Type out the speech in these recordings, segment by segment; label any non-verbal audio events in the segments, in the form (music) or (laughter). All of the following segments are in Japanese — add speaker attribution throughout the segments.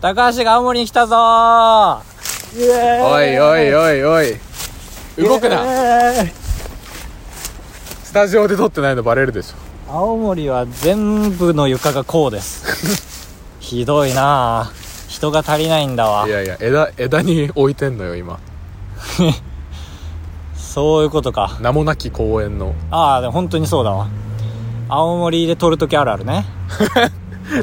Speaker 1: 高橋が青森に来たぞー
Speaker 2: イエ
Speaker 3: おいおい
Speaker 2: い
Speaker 3: おいおい動くな
Speaker 2: な
Speaker 3: スタジオで撮ってないのバレるでしょ
Speaker 1: 青森は全部の床がこうです
Speaker 3: (laughs)
Speaker 1: ひどいなあ人が足りないんだわ
Speaker 3: いやいや枝枝に置いてんのよ今
Speaker 1: そういうことか
Speaker 3: 名もなき公園の
Speaker 1: ああでも本当にそうだわ青森で撮るときあるあるね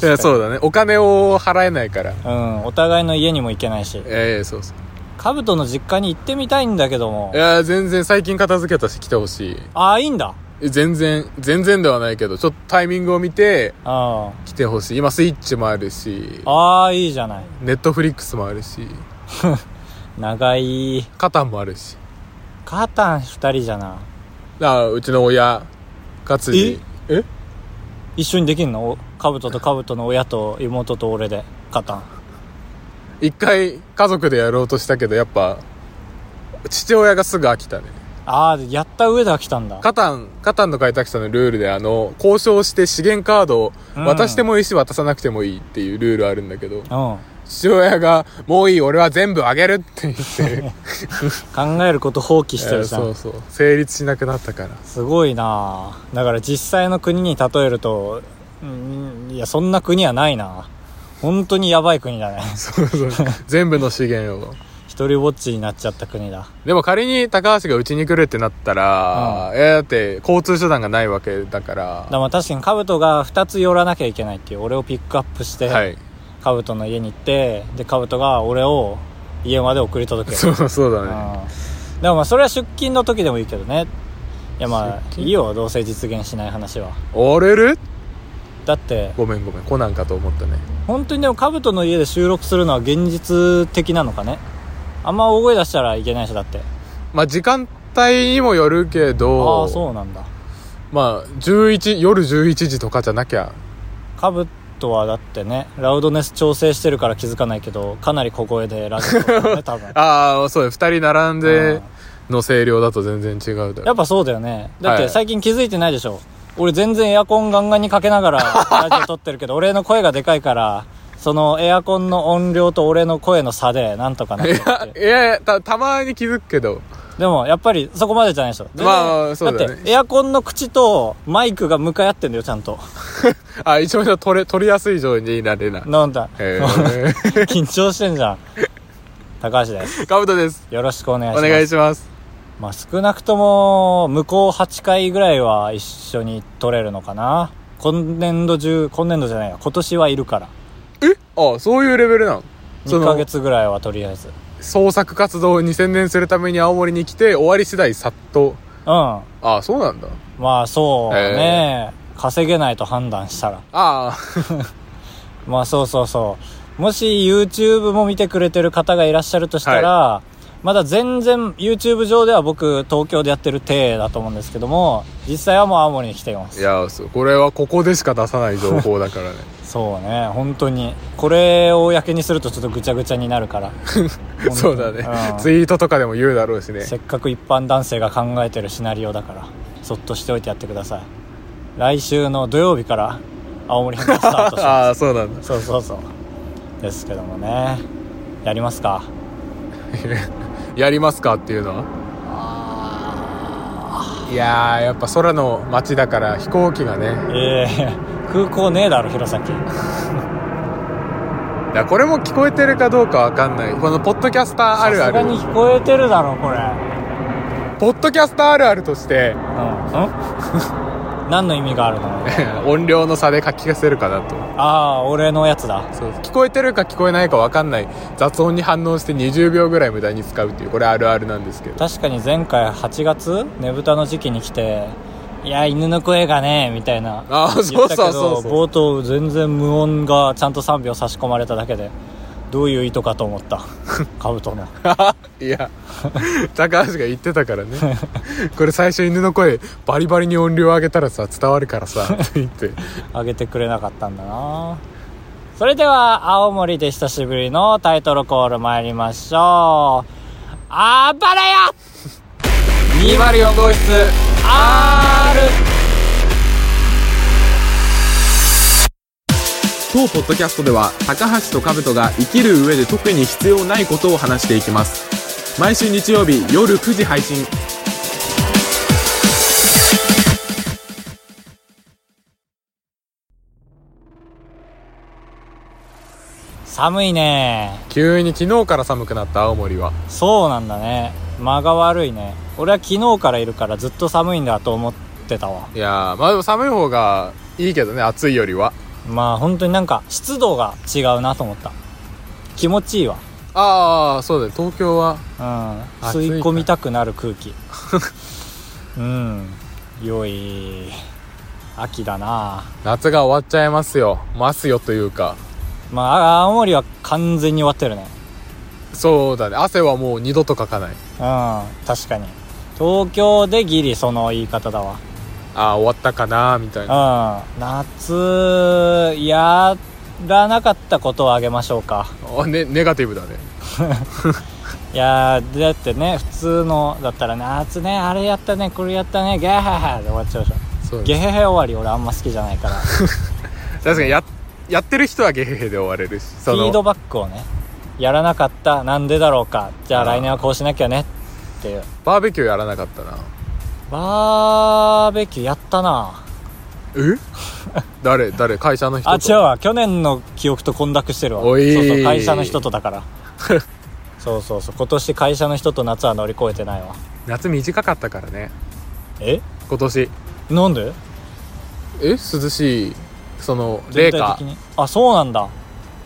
Speaker 3: いやそうだねお金を払えないから
Speaker 1: うんお互いの家にも行けないし
Speaker 3: ええそうそう
Speaker 1: カブトの実家に行ってみたいんだけども
Speaker 3: いや全然最近片付けたし来てほし
Speaker 1: ああいいんだ
Speaker 3: い全然全然ではないけどちょっとタイミングを見て
Speaker 1: あ
Speaker 3: 来てほしい今スイッチもあるし
Speaker 1: ああーいいじゃない
Speaker 3: ネットフリックスもあるし
Speaker 1: 長い
Speaker 3: カタンもあるし
Speaker 1: カタン2人じゃな
Speaker 3: だからうちの親かつにえ
Speaker 1: 一緒にできんのおカブトとカブトの親と妹と俺でカタン
Speaker 3: 一回家族でやろうとしたけどやっぱ父親がすぐ飽きたね
Speaker 1: ああやった上で飽きたんだ
Speaker 3: カタンカタンの開拓者のルールであの交渉して資源カードを
Speaker 1: うん
Speaker 3: 渡してもいいし渡さなくてもいいっていうルールあるんだけど、
Speaker 1: うん
Speaker 3: 父親が「もういい俺は全部あげる」って言って
Speaker 1: 考えること放棄してるじゃん、
Speaker 3: そうそう成立しなくなったから (laughs)
Speaker 1: すごいなあだから実際の国に例えるとうんいやそんな国はないな本当にやばい国だね (laughs)
Speaker 3: そうそう全部の資源を
Speaker 1: 一人ぼっちになっちゃった国だ
Speaker 3: でも仮に高橋がうちに来るってなったら、えーだって交通手段がないわけだ
Speaker 1: だ
Speaker 3: から
Speaker 1: からまあ確かにカブトが2つ寄らなきゃいけないっていう俺をピックアップして、
Speaker 3: はい
Speaker 1: カブトの家に行ってでカブトが俺を家まで送り届ける
Speaker 3: そうそうだ
Speaker 1: うん
Speaker 3: ね
Speaker 1: でもまあそれは出勤の時でもいいけどねいやま
Speaker 3: 出
Speaker 1: あい
Speaker 3: 勤
Speaker 1: いよどうせ実現しない話は
Speaker 3: あれれ
Speaker 1: だって
Speaker 3: ごめんごめんコナンかと思ったね
Speaker 1: 本当にでもカブトの家で収録するのは現実的なのかねあんま大声出したらいけないしだって
Speaker 3: まあ時間帯にもよるけど
Speaker 1: ああそうなんだ
Speaker 3: まあ11夜11時とかじゃなきゃ
Speaker 1: カブトはだってねラウドネス調整してるから気づかないけどかなり小声でラジオだね
Speaker 3: (laughs)
Speaker 1: 多分
Speaker 3: ああそうだ2人並ん
Speaker 1: うん
Speaker 3: での声量だと全然違うだ
Speaker 1: や
Speaker 3: ろ
Speaker 1: っぱそうだよねだっ
Speaker 3: は
Speaker 1: て
Speaker 3: い
Speaker 1: 最近気づいてないでしょ俺全然エアコンガンガンにかけなが
Speaker 3: (laughs)
Speaker 1: らラジオ撮ってるけど俺の声がでかいからそのエアコンの音量と俺の声の差でなんとかなってるっていう
Speaker 3: いやいやたたまに気づくけど
Speaker 1: でも、やっぱり、そこまでじゃないでしょ。
Speaker 3: まあそうだね
Speaker 1: だって、エアコンの口とマイクが向かい合ってんだよ、ちゃんと。
Speaker 3: あ一応じゃあ取れ取りやすい状になれない
Speaker 1: なんだ。
Speaker 3: えー (laughs)
Speaker 1: 緊張してんじゃん。高橋です。
Speaker 3: カブトです
Speaker 1: よろしくお願いし
Speaker 3: お
Speaker 1: ます。
Speaker 3: 願いします
Speaker 1: まあ、少なくとも、向こう8回ぐらいは一緒に撮れるのかな。今年度中、今年度じゃないや、今年はいるから。
Speaker 3: ああそういうレベルなのそ
Speaker 1: 2ヶ
Speaker 3: の
Speaker 1: 月ぐらいはとりあえず。
Speaker 3: 創作活動に専念するために青森に来て終わり次第さっと
Speaker 1: うん。
Speaker 3: ああそうなんだ
Speaker 1: まあ、そうね。稼げないと判断したら。
Speaker 3: あ
Speaker 1: まあそうそうそう。もし YouTube も見てくれてる方がいらっしゃるとしたら、まだ全然 YouTube 上では僕東京でやってる体だと思うんですけども、実際はもう青森に来ていま
Speaker 3: あい
Speaker 1: す。
Speaker 3: やそうこれはここでしか出さない情報だからね
Speaker 1: そうね、本当に。これをやけにするとちょっとぐちゃぐちゃになる
Speaker 3: (laughs)
Speaker 1: から。
Speaker 3: そうだね
Speaker 1: うん
Speaker 3: ツイートとかでも言うだろうしね
Speaker 1: せっかく一般男性が考えてるシナリオだから、そっとしておいてやってください。来週の土曜日から青森編がスタートします。
Speaker 3: (laughs) ああそうなんだ (laughs)
Speaker 1: そうそうそう。ですけどもね。やりますか。
Speaker 3: やりますかっていうのはいやーやっぱ空の街だから飛行機がね
Speaker 1: ええ空港ねえだろ弘前
Speaker 3: だからこれも聞こえてるかどうかわかんないこのポッドキャスターある
Speaker 1: さ
Speaker 3: あ
Speaker 1: すがに
Speaker 3: る
Speaker 1: 聞こえてるだろこれ
Speaker 3: ポッドキャスターあるあるとし
Speaker 1: う
Speaker 3: て (laughs)
Speaker 1: ん (laughs) 何の意味があるの
Speaker 3: 音量の差で書き消せるかなと
Speaker 1: ああー俺のやつだ
Speaker 3: そう聞こえてるか聞こえないかわかんない雑音に反応して20秒ぐらい無駄に使うっていうこれあるあるなんですけど
Speaker 1: 確かに前回8月ねぶたの時期に来ていや犬の声がねみたいな
Speaker 3: あー
Speaker 1: 言ったけど
Speaker 3: そうそうそうそう
Speaker 1: 冒頭全然無音がちゃんと3秒差し込まれただけでどういう意図かと思った
Speaker 3: (laughs)
Speaker 1: カブトの
Speaker 3: いや高橋が言ってたからねこれ最初犬の声バリバリに音量上げたらさ伝わるから
Speaker 2: (laughs)
Speaker 3: さって言って
Speaker 1: あげてくれなかったんだなそれでは青森で久しぶりのタイトルコール参りましょうあばれや
Speaker 3: 204号室
Speaker 1: R!
Speaker 4: 204
Speaker 2: 当ポッドキャストでは高橋と兜が生きる上で特に必要ないことを話していきます毎週日曜日夜9時配信
Speaker 1: 寒いね
Speaker 3: 急に昨日から寒くなった青森は
Speaker 1: そうなんだね間が悪いね俺は昨日からいるからずっと寒いんだと思ってたわ
Speaker 3: いやーまあでも寒い方がいいけどね暑いよりは
Speaker 1: まあ本当になんか湿度が違うなと思った気持ちいいわ
Speaker 3: ああそうだね東京は
Speaker 1: うん
Speaker 3: 暑いか
Speaker 1: 吸い込みたくなる空
Speaker 3: (laughs)
Speaker 1: 気うん良い秋だな
Speaker 3: 夏が終わっちゃいますよますよというか
Speaker 1: まあ青森は完全に終わってるね
Speaker 3: そうだね汗はもう二度とかかない
Speaker 1: うん確かに東京でギリその言い方だわ
Speaker 3: ああ終わったかなーみたいな
Speaker 1: うん夏やらなかったことをあげましょうか
Speaker 3: あ、ね、ネガティブだね
Speaker 1: いやーだってね普通のだったら夏ねあれやったねこれやったねゲヘヘで終わっちゃうでしょ
Speaker 3: そう
Speaker 1: ゲ
Speaker 3: ね
Speaker 1: ヘヘ終わり俺あんま好きじゃないからフ
Speaker 3: 確かにややってる人はゲヘヘで終われるし (laughs) そ
Speaker 1: ィード
Speaker 3: の
Speaker 1: バックをねやらなかったなんでだろうかじゃあ来年はこうしなきゃねっていう
Speaker 3: バーベキューやらなかったな
Speaker 1: バーベキューやったな
Speaker 3: え (laughs) 誰誰会社の人
Speaker 1: あ違う
Speaker 3: と
Speaker 1: わ去年の記憶と混濁してるわ
Speaker 3: おいー
Speaker 1: そうそう会社の人とだから (laughs) そうそうそう今年会社の人と夏は乗り越えてないわ
Speaker 3: 夏短かったからね
Speaker 1: え
Speaker 3: 今年
Speaker 1: なんで
Speaker 3: え涼しいその
Speaker 1: 全
Speaker 3: 冷
Speaker 1: 体
Speaker 3: 夏
Speaker 1: 的にあそうなんだ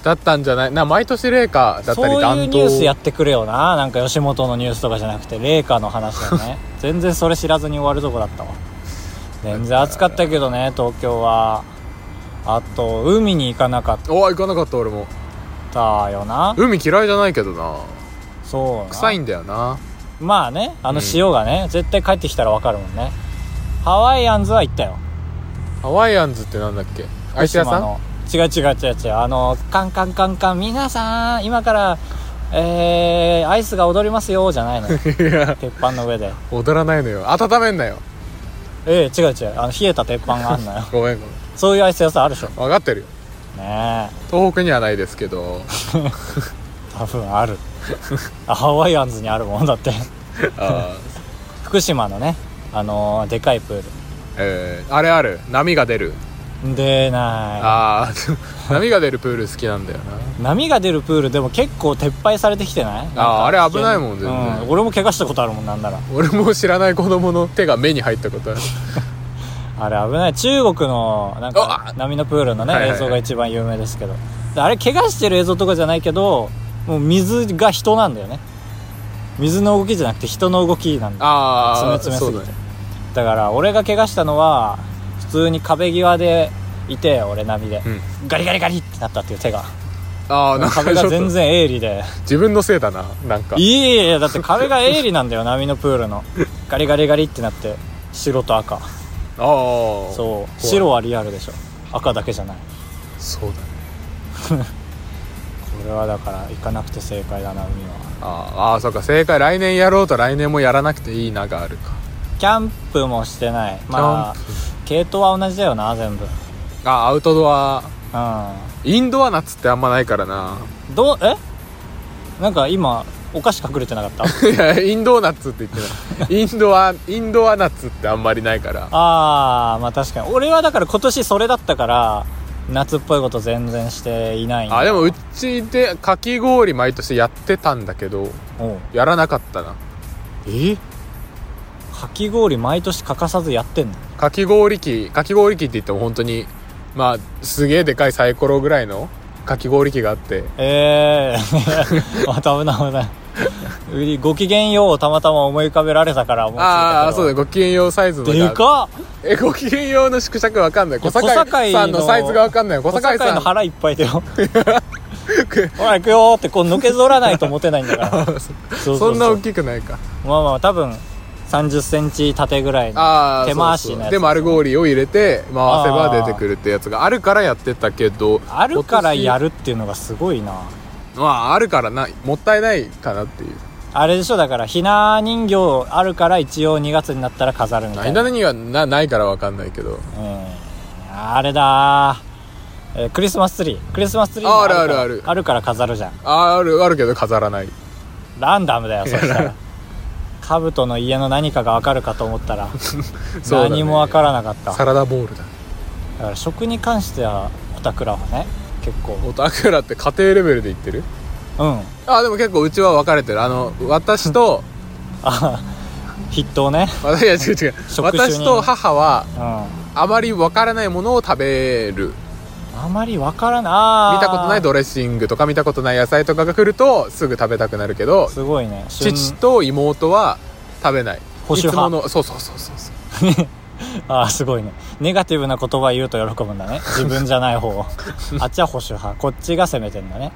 Speaker 3: だったんじゃないな毎年冷夏だった
Speaker 1: そう
Speaker 3: り
Speaker 1: いう
Speaker 3: 暖
Speaker 1: ニュースや
Speaker 3: 冬
Speaker 1: ってくれよななんか吉本のニュースとかじゃなくて麗華の話だ
Speaker 3: (laughs)
Speaker 1: ね全然それ知らずに終わるとこだったわ全然暑かったけどね東京はあと海に行かなかっ
Speaker 3: おー行かなかった俺も
Speaker 1: たよな
Speaker 3: 海嫌いじゃないけどな
Speaker 1: そうな
Speaker 3: 臭いんだよな
Speaker 1: まあねあの
Speaker 3: うん
Speaker 1: 塩がね、絶対帰ってきたらわかるもんねハワイアンズは行ったよ
Speaker 3: ハワイアンズってなんだっけアイス屋さん
Speaker 1: ん違う違う違う違うあのカンカンカンカン皆さん今からえー、アイスが踊りますよじゃないの
Speaker 3: (laughs) いや
Speaker 1: 鉄板の上で
Speaker 3: 踊らないのよ温めんなよ
Speaker 1: ええ違う違うあの冷えた鉄板があん
Speaker 3: (laughs)
Speaker 1: のよ
Speaker 3: ごめんごめん
Speaker 1: そういうアイス屋さんあるでしょ
Speaker 3: 分かってるよ
Speaker 1: ねえ
Speaker 3: 東北にはないです
Speaker 1: (laughs)
Speaker 3: けど
Speaker 1: 多分
Speaker 3: (laughs)
Speaker 1: あるあハワイアンズにあるもんだって
Speaker 3: あー
Speaker 1: 福島のねあのーでかいプー
Speaker 3: えーあれある波が出る
Speaker 1: ル出な
Speaker 3: ああ波が出るプー (laughs) ル好きなんだよない
Speaker 1: 波が出るプールでも結構撤廃されてきてないなんか
Speaker 3: あれ危ないもん全然
Speaker 1: う俺も怪我したことあるもんなんなら
Speaker 3: 俺も知らない子供の手が目に入ったことある
Speaker 1: あれ危ない中国のなん
Speaker 3: う
Speaker 1: か
Speaker 3: わ
Speaker 1: 波のプールの
Speaker 3: はいは
Speaker 1: ね
Speaker 3: いはい
Speaker 1: 映像が一番有名ですけどであれ怪我してる映像とかじゃないけどもう水が人なんだよね水の動きじゃなくて人の動きなんだ
Speaker 3: ああ
Speaker 1: 爪爪すぎ
Speaker 3: だ
Speaker 1: て
Speaker 3: ね
Speaker 1: だから俺が怪我したのは普通に壁際でいて俺波で、
Speaker 3: うん
Speaker 1: ガリガリガリってなったっていう手が
Speaker 3: ああなんか
Speaker 1: 壁
Speaker 3: ち
Speaker 1: が
Speaker 3: ょっと
Speaker 1: 全然鋭利で
Speaker 3: 自分のせいだななんか
Speaker 1: いやいやいやだって壁が鋭利なんだよ波のプール
Speaker 3: (laughs)
Speaker 1: のガリガリガリってなって白と赤
Speaker 3: ああ
Speaker 1: そう白はリアルでしょ赤だけじゃない
Speaker 3: そうだね
Speaker 1: これはだから行かなくて正解だな海は
Speaker 3: あーあーそうか正解来年やろうと来年もやらなくていいながあるか
Speaker 1: キャンプもしてないまあ系統は同じだよな全部う
Speaker 3: あアウトドア
Speaker 1: ん
Speaker 3: インドアナッツってあんまないからな
Speaker 1: どうえなんか今お菓子隠れてなかった
Speaker 3: (laughs) いやインドアナッツって言ってないインドアインドアナッツってあんまりないから
Speaker 1: ああまあ確かに俺はだから今年それだったから夏っぽいこと全然していないんだ
Speaker 3: あでもうちでかき氷毎年やってたんだけど
Speaker 1: おう
Speaker 3: やらなかったな
Speaker 1: えかき氷毎年欠かさずやってんの
Speaker 3: かき氷機かき氷機って言っても本当にまあすげえでかいサイコロぐらいのかき氷機があって
Speaker 1: ええー、 (laughs) また危ない危ないうりごきげんようをたまたま思い浮かべられたから思いつい
Speaker 3: ああ
Speaker 1: た
Speaker 3: そうだ
Speaker 1: け
Speaker 3: ごきげんようサイズの
Speaker 1: ど
Speaker 3: が
Speaker 1: でかっ
Speaker 3: えごきげんようの縮尺わかんない小
Speaker 1: 小
Speaker 3: 堺
Speaker 1: 堺
Speaker 3: さんのサイズがわかんない小
Speaker 1: 小
Speaker 3: 堺
Speaker 1: 堺
Speaker 3: さ
Speaker 1: の
Speaker 3: ん
Speaker 1: 腹いっぱい
Speaker 3: (laughs)
Speaker 1: だよほら行くよーってこうのけぞらないと持てないんだからそ
Speaker 3: (laughs) そんな
Speaker 1: う
Speaker 3: 大きくないか
Speaker 1: まあまあ多分3 0ンチ縦ぐらいの
Speaker 3: ああ
Speaker 1: 手回しのやつ
Speaker 3: で丸氷を入れて回せば出てくるってやつがあるからやってたけど
Speaker 1: あるからやる
Speaker 3: る
Speaker 1: っていうのがすごいな
Speaker 3: まああるからなもったいないかなっていう
Speaker 1: あれでしょだからひな人形あるから一応2月になったら飾るみたい
Speaker 3: 間
Speaker 1: な、
Speaker 3: にはなないからわかんないけど
Speaker 1: うん、あれだえークリスマスツリークリスマスツリー
Speaker 3: あ
Speaker 1: も
Speaker 3: あ
Speaker 1: か
Speaker 3: る
Speaker 1: ら
Speaker 3: あるある
Speaker 1: あるから飾るじゃん
Speaker 3: ああるあるけど飾らない
Speaker 1: ランダムだよそしたらカブトの家の何かが分かるかと思ったら
Speaker 3: (laughs) そうだね
Speaker 1: 何も分からなかった
Speaker 3: サ
Speaker 1: だ
Speaker 3: ラダボールだ
Speaker 1: から食に関してはオタクラはね結構
Speaker 3: オタクラって家庭レベルで言ってる
Speaker 1: うん
Speaker 3: あでも結構うちは分かれてるあの私と
Speaker 1: あ筆頭ね
Speaker 3: (laughs) 私いや違う違う
Speaker 1: 職種に
Speaker 3: 私と母は
Speaker 1: うんあ
Speaker 3: あまり分からないものを食べる
Speaker 1: まり分からない
Speaker 3: 見たことないドレッシングとか見たことない野菜とかが来るとすぐ食べたくなるけど
Speaker 1: すごいね旬
Speaker 3: 父と妹は食べない
Speaker 1: 保守
Speaker 3: いつも
Speaker 1: 派
Speaker 3: のそうそうそうそうそう
Speaker 1: ああすごいねネガティブな言葉言うと喜ぶんだね自分じゃない
Speaker 3: (laughs)
Speaker 1: 方あっちは保守派こっちが攻めてんだね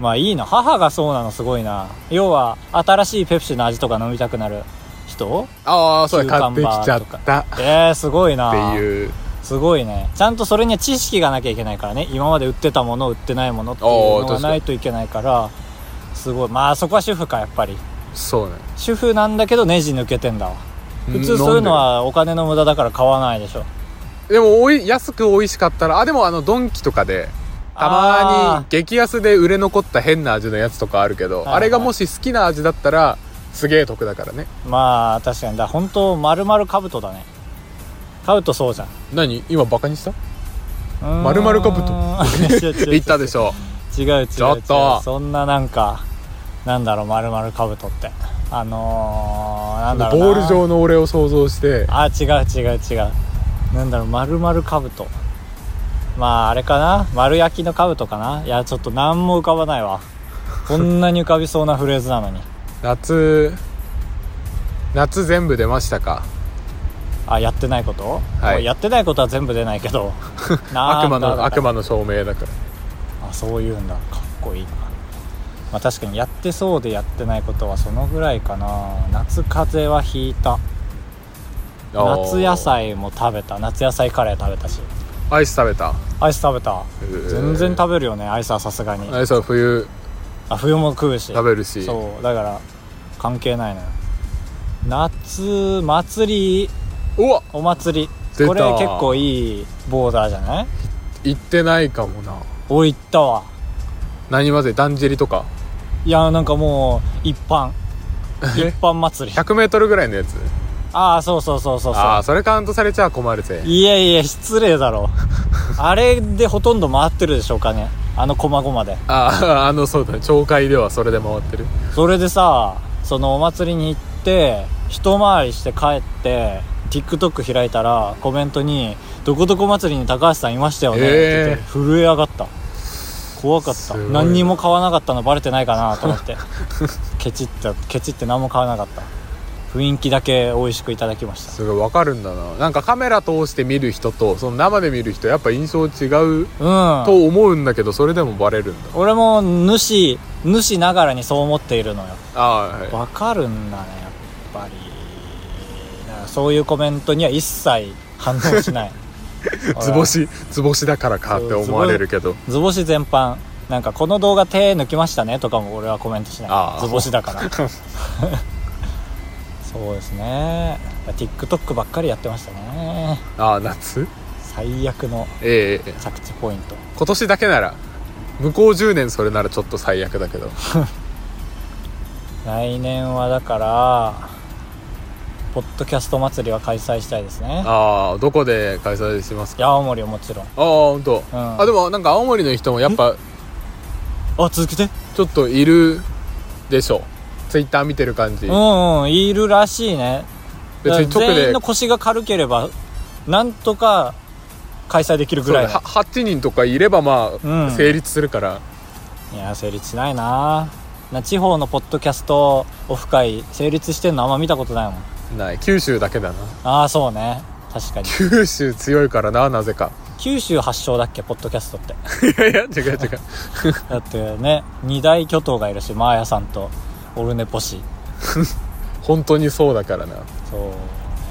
Speaker 1: まあいいな母がそうなのすごいな要は新しいペプシの味とか飲みたくなる人
Speaker 3: ああそうだ買ってきちゃっ
Speaker 1: キューカン
Speaker 3: たっ
Speaker 1: えー、すごいな
Speaker 3: ていう
Speaker 1: すごいねちゃんとそれには知識がなきゃいけないからね今まで売ってたもの売ってないものっていう
Speaker 3: あー
Speaker 1: の
Speaker 3: 確か
Speaker 1: が
Speaker 3: に
Speaker 1: ないといけないからすごいまあそこは主婦かやっぱり
Speaker 3: そうね
Speaker 1: 主婦なんだけどネジ抜けてんだわ普通そういうのはお金の無駄だから買わないでしょ
Speaker 3: でもおい安く美味しかったらあでもあのドンキとかでたま
Speaker 1: あ
Speaker 3: に激安で売れ残った変な味のやつとかあるけど、
Speaker 1: はいはい
Speaker 3: あれがもし好きな味だったらすげえ得だからね
Speaker 1: まあ確かにだ本当まるまるかぶとだねかぶとそうじゃん
Speaker 3: 何今バカにした
Speaker 1: ま
Speaker 3: 丸々兜
Speaker 1: ぶ
Speaker 3: (laughs) 言ったでしょ
Speaker 1: 違う違う違う
Speaker 3: ちょっと
Speaker 1: そんななんかなんだろうまるまるかぶとってあのー、な
Speaker 3: ボ
Speaker 1: んだろうな
Speaker 3: ール状の俺を想像して
Speaker 1: あ違う違う違うなんだろうまるまるかぶとまああれかな丸焼きのかぶとかないやちょっと何も浮かばないわこんなに浮かびそうなフレーズなのに
Speaker 3: 夏夏全部出ましたか
Speaker 1: あやってないこと、
Speaker 3: はい
Speaker 1: もうやってないことは全部出ないけ
Speaker 3: (laughs)
Speaker 1: ど
Speaker 3: 悪
Speaker 1: な
Speaker 3: 魔
Speaker 1: んだ
Speaker 3: の悪魔の証明だから
Speaker 1: あそういうんだかっこいいな、まあ、確かにやってそうでやってないことはそのぐらいかな夏風邪はひいた
Speaker 3: あー
Speaker 1: 夏野菜も食べた夏野菜カレー食べたし
Speaker 3: アイス食べた
Speaker 1: アイス食べた
Speaker 3: へー
Speaker 1: 全然食べるよねアイスはさすがに
Speaker 3: アイスは冬
Speaker 1: あ冬も食うし
Speaker 3: 食べるし
Speaker 1: そうだから関係ないのよ夏祭り
Speaker 3: うわ
Speaker 1: お祭
Speaker 3: 出
Speaker 1: り
Speaker 3: た
Speaker 1: これ結構いいボーダーじゃない
Speaker 3: 行ってないかもな
Speaker 1: おい行ったわ
Speaker 3: 何までだんじりとか
Speaker 1: いやなんかもう一般一般祭り
Speaker 3: 100m ぐらいのやつ
Speaker 1: ああそうそうそうそうそう
Speaker 3: ああそれカウントされちゃ困るぜ
Speaker 1: いやいや失礼だろあれでほとんど回ってるでしょうかねあの細々で
Speaker 3: (laughs) あああのそうだね町会ではそれで回ってる
Speaker 1: それでさそのお祭りに行って一回りして帰って TikTok 開いたらコメントに「どこどこ祭りに高橋さんいましたよね」って言って
Speaker 3: え
Speaker 1: 震え上がった怖かった
Speaker 3: すごい
Speaker 1: 何にも買わなかったのバレてないかなと思ってケチったケチって何も買わなかった雰囲気だけ美味しくいただきました
Speaker 3: すごいわかるんだななんかカメラ通して見る人とその生で見る人やっぱ印象違う
Speaker 1: うん
Speaker 3: と思うんだけどそれでもバレるんだ
Speaker 1: 俺も主主ながらにそう思っているのよ
Speaker 3: ああーはい
Speaker 1: わかるんだねやっぱりだからそういうコメントには一切反応し
Speaker 3: (laughs)
Speaker 1: ない
Speaker 3: 図星図星だからかって思われるけど
Speaker 1: 図星全般なんかこの動画手抜きましたねとかも俺はコメントしな
Speaker 3: あ
Speaker 1: い
Speaker 3: ー
Speaker 1: 図星だから
Speaker 3: (laughs)
Speaker 1: そうですね TikTok ばっかりやってましたね
Speaker 3: ああ夏
Speaker 1: 最悪の
Speaker 3: ええええ
Speaker 1: 着地ポイント
Speaker 3: 今年だけなら向こう10年それならちょっと最悪だけど
Speaker 1: 来年はだからポッドキャスト祭りは開催したいですね
Speaker 3: ああどこで開催します
Speaker 1: い
Speaker 3: か
Speaker 1: や青森はもちろん
Speaker 3: ああ本当。
Speaker 1: ん
Speaker 3: あでもなんか青森の人もやっぱ
Speaker 1: あ続けて
Speaker 3: ちょっといるでしょツイッター見てる感じ
Speaker 1: うんうんいるらしいね
Speaker 3: 別に直
Speaker 1: 全
Speaker 3: で
Speaker 1: 員の腰が軽ければなんとか開催できるぐ
Speaker 3: そう
Speaker 1: らい
Speaker 3: ね
Speaker 1: の
Speaker 3: は8人とかいればま
Speaker 1: うん
Speaker 3: あ成立するから
Speaker 1: いや成立しないなな地方のポッドキャストオフ会成立してんのあんま見たことないもん
Speaker 3: ない九州だけだな
Speaker 1: ああそうね確
Speaker 3: (laughs)
Speaker 1: かに
Speaker 3: 九州強いからななぜか
Speaker 1: 九州発祥だっけポッドキャストって
Speaker 3: いやいや違う違う
Speaker 1: だってね二大巨頭がいるしマーヤさんとオルネポ氏
Speaker 3: 本当にそうだからな
Speaker 1: そう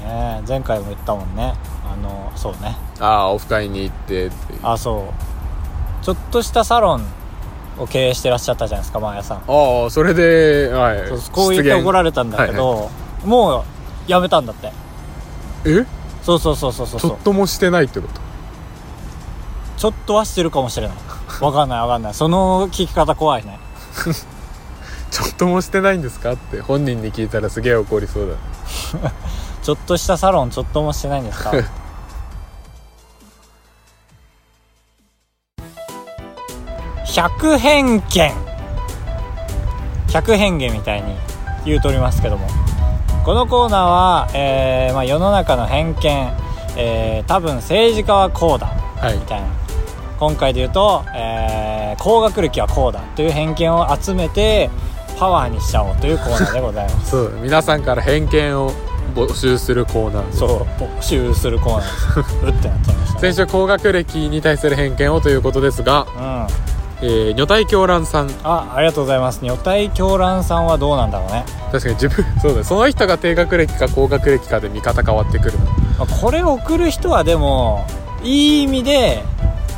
Speaker 1: ね前回も言ったもんねあのそうね
Speaker 3: ああオフ会に行ってっていうあ
Speaker 1: あそうちょっとしたサロンを経営してらっしゃったじゃないですかマーヤさん
Speaker 3: あそれではい
Speaker 1: そうこう言って怒られたんだけど、もうやめたんだって
Speaker 3: え
Speaker 1: そうそうそうそうそう
Speaker 3: ちょっともしてないってこと
Speaker 1: ちょっとはしてるかもしれないわかんないわかんないその聞き方怖いね
Speaker 3: (laughs) ちょっともしてないんですかって本人に聞いたらすげえ怒りそうだ
Speaker 1: ちょっとしたサロンちょっともしてないんですか百偏見百偏見みたいに言うとおりますけどもこのコーナーは、えーまあ、世の中の偏見、えー多分政治家はこうだ
Speaker 3: はい
Speaker 1: みたいな今回で言うと、えー高学歴はこうだという偏見を集めてパワーにしちゃおうというコーナーでございます
Speaker 3: (laughs) そう皆さんから偏見を募集するコーナーです
Speaker 1: そう募集するコーナーです
Speaker 3: (laughs)
Speaker 1: うってなっちゃいました、ね、
Speaker 3: 先週高学歴に対する偏見をということですが、
Speaker 1: うんあ
Speaker 3: えー、女体狂乱さん
Speaker 1: ありがとうございます女体狂乱さんはどうなんだろうね、
Speaker 3: 確かに自分 (laughs) そうだその人が低学歴か高学歴かで見方変わってくる
Speaker 1: まあこれ送る人はでもいい意味で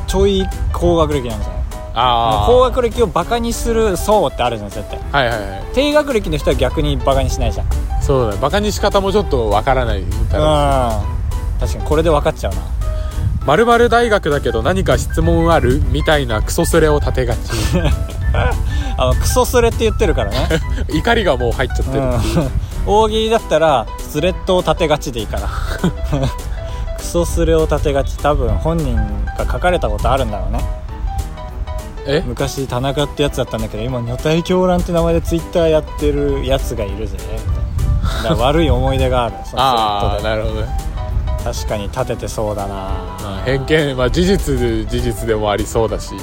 Speaker 1: ちょい高学歴なんじゃない
Speaker 3: あ
Speaker 1: 高学歴をバカにする層ってあるじゃん絶対
Speaker 3: はいはいはい
Speaker 1: 低学歴の人は逆にバカにしないじゃんう
Speaker 3: そうだバカにし方もちょっとわからないみたいなん
Speaker 1: 確かにこれで分かっちゃうな
Speaker 3: 〇〇大学だけど何か質問あるみたいなクソスレを立てが
Speaker 1: (laughs)
Speaker 3: ち
Speaker 1: あのクソスレって言ってるからね、
Speaker 3: 怒りがもう入っちゃって
Speaker 1: う
Speaker 3: る、
Speaker 1: ん、大喜利だったらスレッドを立てがちでいいから (laughs) クソスレを立てがち多分本人が書かれたことあるんだろうね
Speaker 3: え
Speaker 1: 昔田中ってやつだったんだけど今女体狂乱って名前でツイッターやってるやつがいるぜみたいなだから悪い思い出があるそ
Speaker 3: ああ
Speaker 1: のスレッドで
Speaker 3: なるほどね
Speaker 1: 確かに立ててそうだな
Speaker 3: あー偏見まあ事実事実でもありそうだし
Speaker 1: うん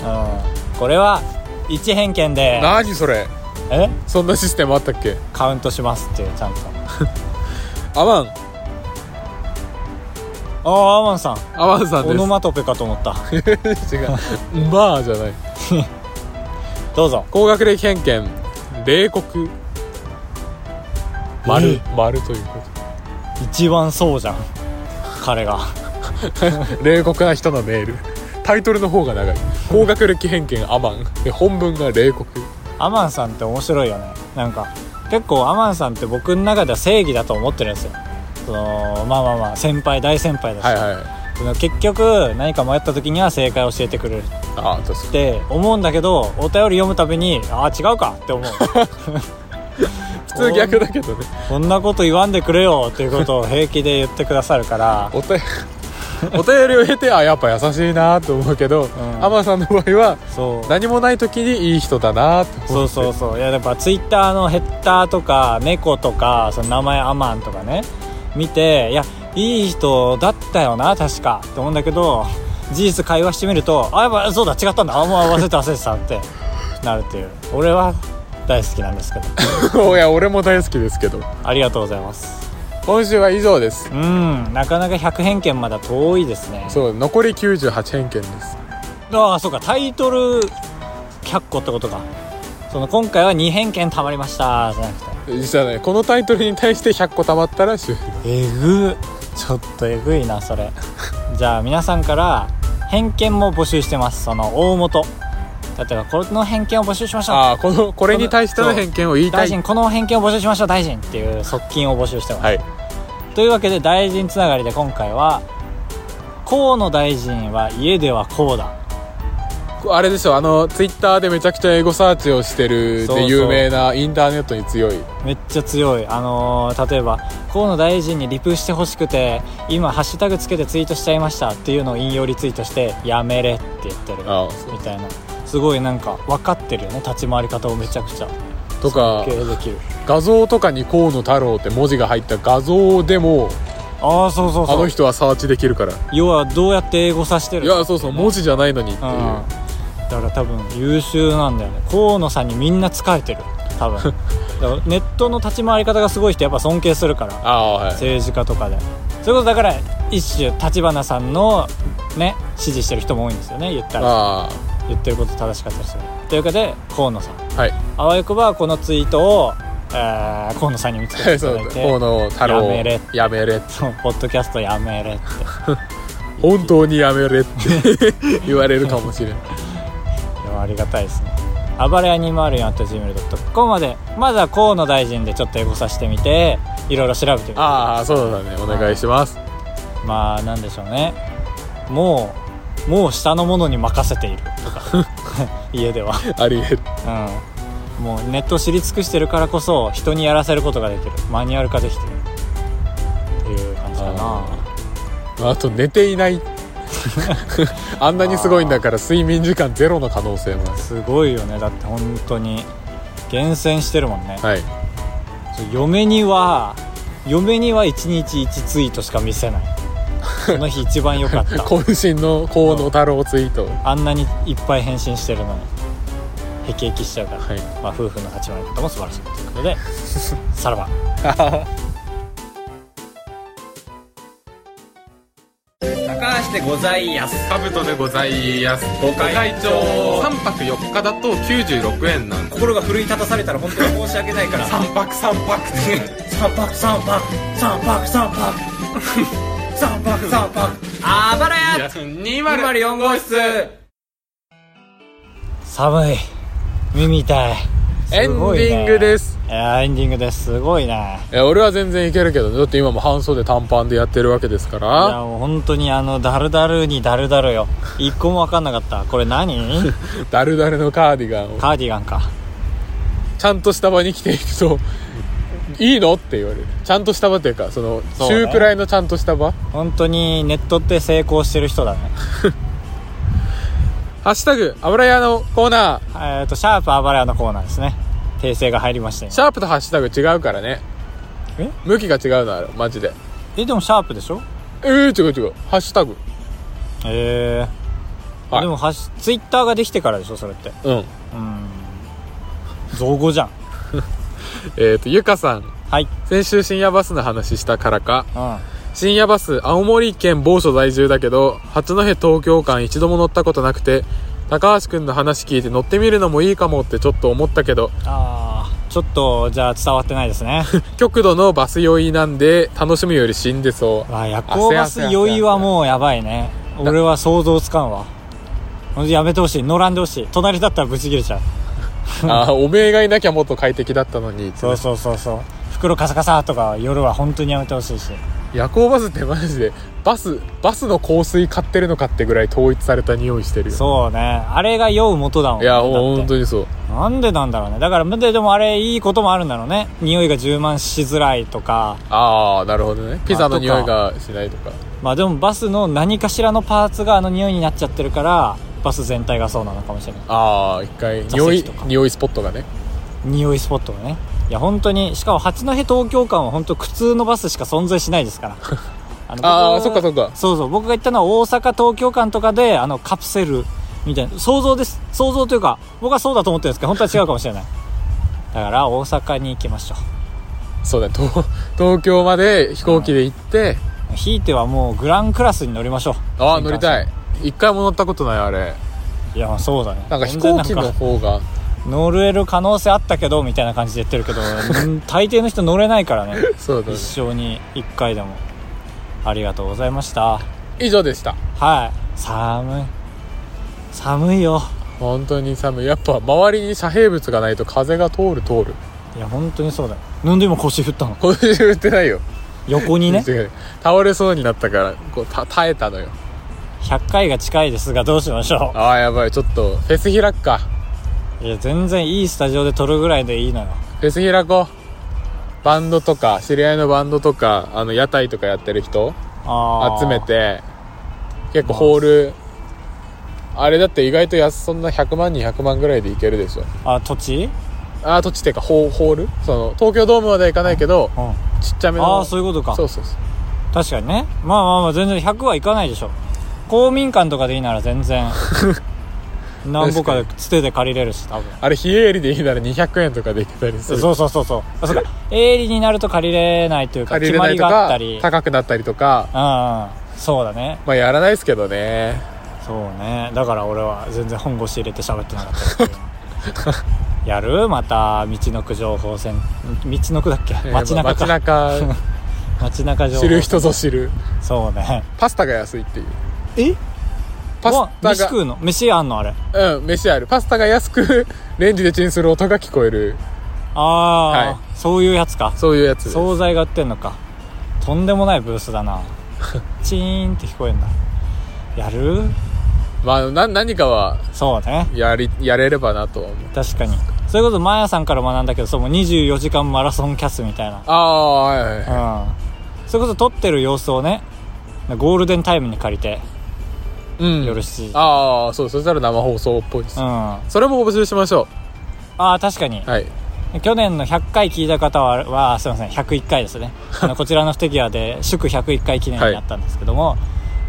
Speaker 1: これは一偏見で
Speaker 3: 何それ
Speaker 1: え
Speaker 3: そんなシステムあったっけ
Speaker 1: カウントしますっていうちゃんと
Speaker 3: アマン
Speaker 1: ああアマンさん
Speaker 3: アマンさんで
Speaker 1: オ
Speaker 3: す
Speaker 1: ノマトペかと思
Speaker 3: (laughs)
Speaker 1: った
Speaker 3: 違うまあじゃない
Speaker 1: どうぞ
Speaker 3: 高学歴偏見冷酷丸、丸というこ
Speaker 1: 一番そうじゃん彼が
Speaker 3: と冷酷な人のメールタイトルの方が長い高学歴偏見アマンで本文が冷酷
Speaker 1: アマンさんって面白いよねなんか結構アマンさんって僕の中では正義だと思ってるんですよそのまあまあまあ先輩大先輩だし、
Speaker 3: はいはい
Speaker 1: その結局何か迷った時には正解を教えてくれるっ
Speaker 3: ああ確かに
Speaker 1: て思うんだけどお便り読むたびにああ違うかって
Speaker 3: (laughs)
Speaker 1: 思う
Speaker 3: 普通逆だけどね
Speaker 1: こんなこと言わんでくれよっていうことを平気で言ってくださるから
Speaker 3: お便お便りを経てあやっぱ優しいなと思うけど、
Speaker 1: ん
Speaker 3: アマンさんの場合は
Speaker 1: そう
Speaker 3: 何もない時にいい人だなと (laughs) 思
Speaker 1: そうそうそういややっぱツイッターのヘッダーとか猫とかその名前アマンとかね見ていやいい人だったよな確かって思うんだけど事実会話してみるとあやっぱそうだ違ったんだあもう忘れてた忘れてたってなるっていう俺は大好きなんですけど
Speaker 3: いや俺も大好きですけど
Speaker 1: ありがとうございます
Speaker 3: 今週は以上です
Speaker 1: うんなかなか100偏見まだ遠いですね
Speaker 3: そう残り98偏見です
Speaker 1: ああそうかタイトル100個ってことかその今回は2偏見たまりましたじゃなくて
Speaker 3: 実はねこのタイトルに対して100個たまったら終了
Speaker 1: えぐちょっとえぐいなそれ (laughs) じゃあ皆さんから偏見も募集してますその大元例えばこの偏見を募集しましょ
Speaker 3: ああこのこれに対しての偏見を言
Speaker 1: う
Speaker 3: いた
Speaker 1: 大
Speaker 3: い
Speaker 1: 臣この偏見を募集しましょう大臣っていう側近を募集してます、
Speaker 3: はい
Speaker 1: というわけで大臣つながりで今回は河野大臣は家ではこうだ
Speaker 3: あれでしょあのツイッターでめちゃくちゃエゴサーチをしてる
Speaker 1: そうそ
Speaker 3: で
Speaker 1: う
Speaker 3: 有名なインターネットに強い
Speaker 1: めっちゃ強いあのー例えば河野大臣にリプしてほしくて今ハッシュタグつけてツイートしちゃいましたっていうのを引用リツイートしてやめれって言ってる
Speaker 3: あ
Speaker 1: みたいなすごいなんか分かってるよね立ち回り方をめちゃくちゃ
Speaker 3: と
Speaker 1: 尊
Speaker 3: か
Speaker 1: 敬できる
Speaker 3: 画像とかに河野太郎って文字が入った画像でも
Speaker 1: ああそうそう
Speaker 3: あ
Speaker 1: そ
Speaker 3: の
Speaker 1: う
Speaker 3: 人はサーチできるから
Speaker 1: 要はどうやって英語さしてる
Speaker 3: いやそうそう文字じゃないのにって
Speaker 1: う
Speaker 3: いうん
Speaker 1: だから多分優秀なんだよね河野さんにみんな疲れてる多
Speaker 3: (laughs)
Speaker 1: 分だからネットの立ち回り方がすごい人やっぱ尊敬するから
Speaker 3: ああはい
Speaker 1: 政治家とかでそれこそだから一種立花さんのね支持してる人も多いんですよね言ったら
Speaker 3: あ
Speaker 1: 言ってること正しかったりするというわけで河野さん
Speaker 3: あはい
Speaker 1: あわよくばこのツイートを、えー河野さんに見つけていた
Speaker 3: (laughs) そう
Speaker 1: だ
Speaker 3: だ
Speaker 1: いて
Speaker 3: 河野太
Speaker 1: や
Speaker 3: 郎
Speaker 1: めれ
Speaker 3: やめれ
Speaker 1: そうポッドキャストやめれって
Speaker 3: 本当にやめれって (laughs) 言われるかもしれん
Speaker 1: いやありがたいですね暴れ屋204 at gmail.com までまずは河野大臣でちょっとエゴさしてみていろいろ調べてみて
Speaker 3: ああそうだねお願いします
Speaker 1: まあなんでしょうねもうもう下の者に任せていると
Speaker 3: (laughs)
Speaker 1: か家では、
Speaker 3: ありえる
Speaker 1: うん、もうネットを知り尽くしてるからこそ人にやらせることができるマニュアル化できてるっていう感じかな
Speaker 3: あと寝ていない (laughs) あんなにすごいんだから睡眠時間ゼロの可能性もあ
Speaker 1: すごいよねだって本当に厳選してるもんね、
Speaker 3: るはい
Speaker 1: そう嫁には嫁には1日1ツイートしか見せないその日一番良か
Speaker 3: (laughs)
Speaker 1: った
Speaker 3: 渾身の河野太郎ツイート
Speaker 1: あんなにいっぱい返信してるのにへきへきしちゃうから、
Speaker 3: はい
Speaker 1: まあ、夫婦の8割方も素晴らしいということ
Speaker 3: (laughs)
Speaker 1: でさらば
Speaker 2: 高橋でございやす。かぶとでございやす。ご会長。3泊4日だと96円なんで
Speaker 1: 心が奮い立たされたら本当に申し訳ないから
Speaker 2: 3泊3泊って。
Speaker 1: 三泊三泊三泊三
Speaker 2: (laughs)
Speaker 1: 泊三泊三泊
Speaker 2: あばらや !204 号室
Speaker 1: 寒い耳痛い
Speaker 3: エ
Speaker 1: す
Speaker 3: ンデ
Speaker 1: ごいね
Speaker 3: ィングです
Speaker 1: いやーエンディングですすごいね
Speaker 3: え俺は全然いけるけどねだって今も半袖短パンでやってるわけですか
Speaker 1: い
Speaker 3: ら
Speaker 1: やもう本当にあのダルダルにダルダルよ一個も分かんなかったこれ何
Speaker 3: (laughs) ダルダルのカーディガンを
Speaker 1: カーディガンか
Speaker 3: ちゃんとした場に来ているといいのって言われるちゃんとした場っていうかその
Speaker 1: そうね
Speaker 3: 中くらいのちゃんとした場
Speaker 1: 本当にネットって成功してる人だね
Speaker 3: ハッシュタグ油屋のコーナー
Speaker 1: えっとシャープあばら屋のコーナーですね訂正が入りましたよ
Speaker 3: シャープとハッシュタグ違うからね
Speaker 1: え
Speaker 3: 向きが違うのあるマジで
Speaker 1: えでもシャープでしょ
Speaker 3: えー、違う違うハッシュタグ
Speaker 1: ええ
Speaker 3: はい
Speaker 1: でもはしツイッターができてからでしょそれって
Speaker 3: うん
Speaker 1: うん造語じゃん
Speaker 3: えっ、ー、とゆかさん
Speaker 1: はい
Speaker 3: 先週深夜バスの話したからか
Speaker 1: うん
Speaker 3: 深夜バス青森県某所在住だけど八戸東京間一度も乗ったことなくて高橋くんの話聞いて乗ってみるのもいいかもってちょっと思ったけど
Speaker 1: あーちょっとじゃあ伝わってないですね
Speaker 3: 極度のバス酔いなんで楽しむより死ん
Speaker 1: (laughs)
Speaker 3: でそう
Speaker 1: わあ夜行バス酔いはもうやばいね俺は想像つかんわやめてほしい乗らんでほしい隣だったらブチ切れちゃう
Speaker 3: ああおめえがいなきゃもっと快適だったのにって
Speaker 1: そうそうそうそう袋カサカサとか夜は本当にやめてほしいし
Speaker 3: 夜行バスってマジでバスバスの香水買ってるのかってぐらい統一された匂いしてるよ
Speaker 1: そうねあれが酔う元だもん
Speaker 3: いや
Speaker 1: だって
Speaker 3: ほんとにそう
Speaker 1: なんでなんだろうねだからででもあれいいこともあるんだろうね匂いが充満しづらいとか
Speaker 3: ああなるほどねピザの匂いがしないとか
Speaker 1: まあでもバスの何かしらのパーツがあの匂いになっちゃってるからバス全体がそうなのかもしれない
Speaker 3: ああ一回
Speaker 1: 座
Speaker 3: 匂
Speaker 1: 席
Speaker 3: い
Speaker 1: とか
Speaker 3: 匂いスポットがね
Speaker 1: 匂いスポットがねいや本当にしかも八戸東京間は本当苦痛のバスしか存在しないですから
Speaker 3: (laughs)
Speaker 1: あの
Speaker 3: ああそ
Speaker 1: 僕
Speaker 3: っ
Speaker 1: が
Speaker 3: かそっか
Speaker 1: そうそう僕が行ったのは大阪東京間とかであのカプセルみたいな想像です想像というか僕はそうだと思ってるんですけど本当は違うかもしれないだから大阪に行きましょ
Speaker 3: そうだね東東京まで飛行機で行って
Speaker 1: うひいてはもうグランクラスに乗りましょう
Speaker 3: ああ乗りた
Speaker 1: い
Speaker 3: い一回も乗ったことないあれ
Speaker 1: いやまあそうだね
Speaker 3: なんか飛行機
Speaker 1: 全然な
Speaker 3: の
Speaker 1: んか
Speaker 3: 方が
Speaker 1: 乗れる可能性あったけどみたいな感じで言ってるけど (laughs) うん大抵の人乗れないからね
Speaker 3: そうだね
Speaker 1: 一生に一回でもありがとうございました
Speaker 3: 以上でした
Speaker 1: はい寒い寒いよ
Speaker 3: 本当に寒いやっぱ周りに遮蔽物がないと風が通る通る
Speaker 1: いや本当にそうだよなんで今腰振ったの
Speaker 3: 今週売ってないよ
Speaker 1: 横
Speaker 3: (laughs)
Speaker 1: にね
Speaker 3: 違う倒れそうになったからこうた耐えたのよ
Speaker 1: 100回が近いですがどうしましょ
Speaker 3: ああやばいちょっとフェス開くか
Speaker 1: ういや全然いいスタジオで撮るぐらいでいいのよ
Speaker 3: フェス開こうバンドとか知り合いのバンドとかあの屋台とかやってる人
Speaker 1: あー
Speaker 3: 集めて結構ホールあれだって意外と安そんな100万200万ぐらいでいけるでしょ
Speaker 1: あ土地
Speaker 3: あー土地っていうかホーホールその東京ドームまでは行かないけど
Speaker 1: うん
Speaker 3: ちっちゃめの
Speaker 1: ああそういうことか
Speaker 3: そうそうそう
Speaker 1: 確かにねまあまあまあ全然100はいかないでしょ公民館とかでいいなら全
Speaker 3: (laughs)
Speaker 1: 然何ぼかでつてで借りれるし多分
Speaker 3: あれ非営利でいいなら200円とかで行けたりす
Speaker 1: そう
Speaker 3: る
Speaker 1: そうそうそうあそうか営利になると借りれないというか
Speaker 3: 借
Speaker 1: 決
Speaker 3: りれ
Speaker 1: ま
Speaker 3: ない
Speaker 1: り
Speaker 3: と
Speaker 1: があっ
Speaker 3: か
Speaker 1: たり
Speaker 3: 高くなったりとか
Speaker 1: うんうんそうだね
Speaker 3: まあやらないですけどね
Speaker 1: そうねだから俺は全然本腰入れて喋ってなかった (laughs) ですけどやるまた道のく情報戦道のくだっけ
Speaker 3: えー
Speaker 1: 街
Speaker 3: ま
Speaker 1: 中
Speaker 3: あ街
Speaker 1: か
Speaker 3: 中
Speaker 1: (laughs) 街中情報
Speaker 3: (laughs) 知る人ぞ知る
Speaker 1: そうね
Speaker 3: パスタが安いっていう
Speaker 1: え
Speaker 3: パ
Speaker 1: わ
Speaker 3: スタ
Speaker 1: 飯
Speaker 3: が
Speaker 1: 食うの飯あんのあれ
Speaker 3: うん飯あるパスタが安くレンジでチンする音が聞こえる
Speaker 1: ああ、
Speaker 3: はい
Speaker 1: そういうやつか
Speaker 3: そういうやつです
Speaker 1: 惣菜が売ってんのか (laughs) とんでもないブースだなチーンって聞こえんなやる
Speaker 3: まあな何かは
Speaker 1: そうね
Speaker 3: やりやれればなとは思う
Speaker 1: 確かにそれこそマヤさんから学んだけどそうもう24時間マラソンキャスみたいな
Speaker 3: ああはいはい
Speaker 1: うんそれこそ撮ってる様子をねゴールデンタイムに借りて
Speaker 3: うん
Speaker 1: 夜7時
Speaker 3: ああそうそしたら生放送っぽいです、
Speaker 1: うんあ
Speaker 3: それも募集しましょ
Speaker 1: あ確かに
Speaker 3: うはい
Speaker 1: 去年の100回聞いた方は、はすいません、101回
Speaker 3: (laughs)
Speaker 1: ですね。あのこちらの不手際で、祝101回記念になったんですけども、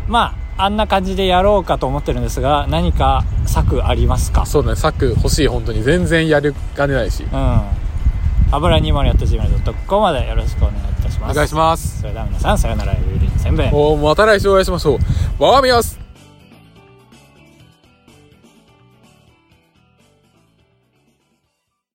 Speaker 1: まあ、あんな感じでやろうかと思ってるんですが、何か策ありますか
Speaker 3: そうだね策欲しい本当に全然やる金ないし
Speaker 1: うん。油2 0 4 g m a i l c o m までよろしくお願いいたします。
Speaker 3: お願いします
Speaker 1: それでは皆さん、さよなら、ゆうりんせんべい。
Speaker 3: おーまた来週お会いしましょう。わがみます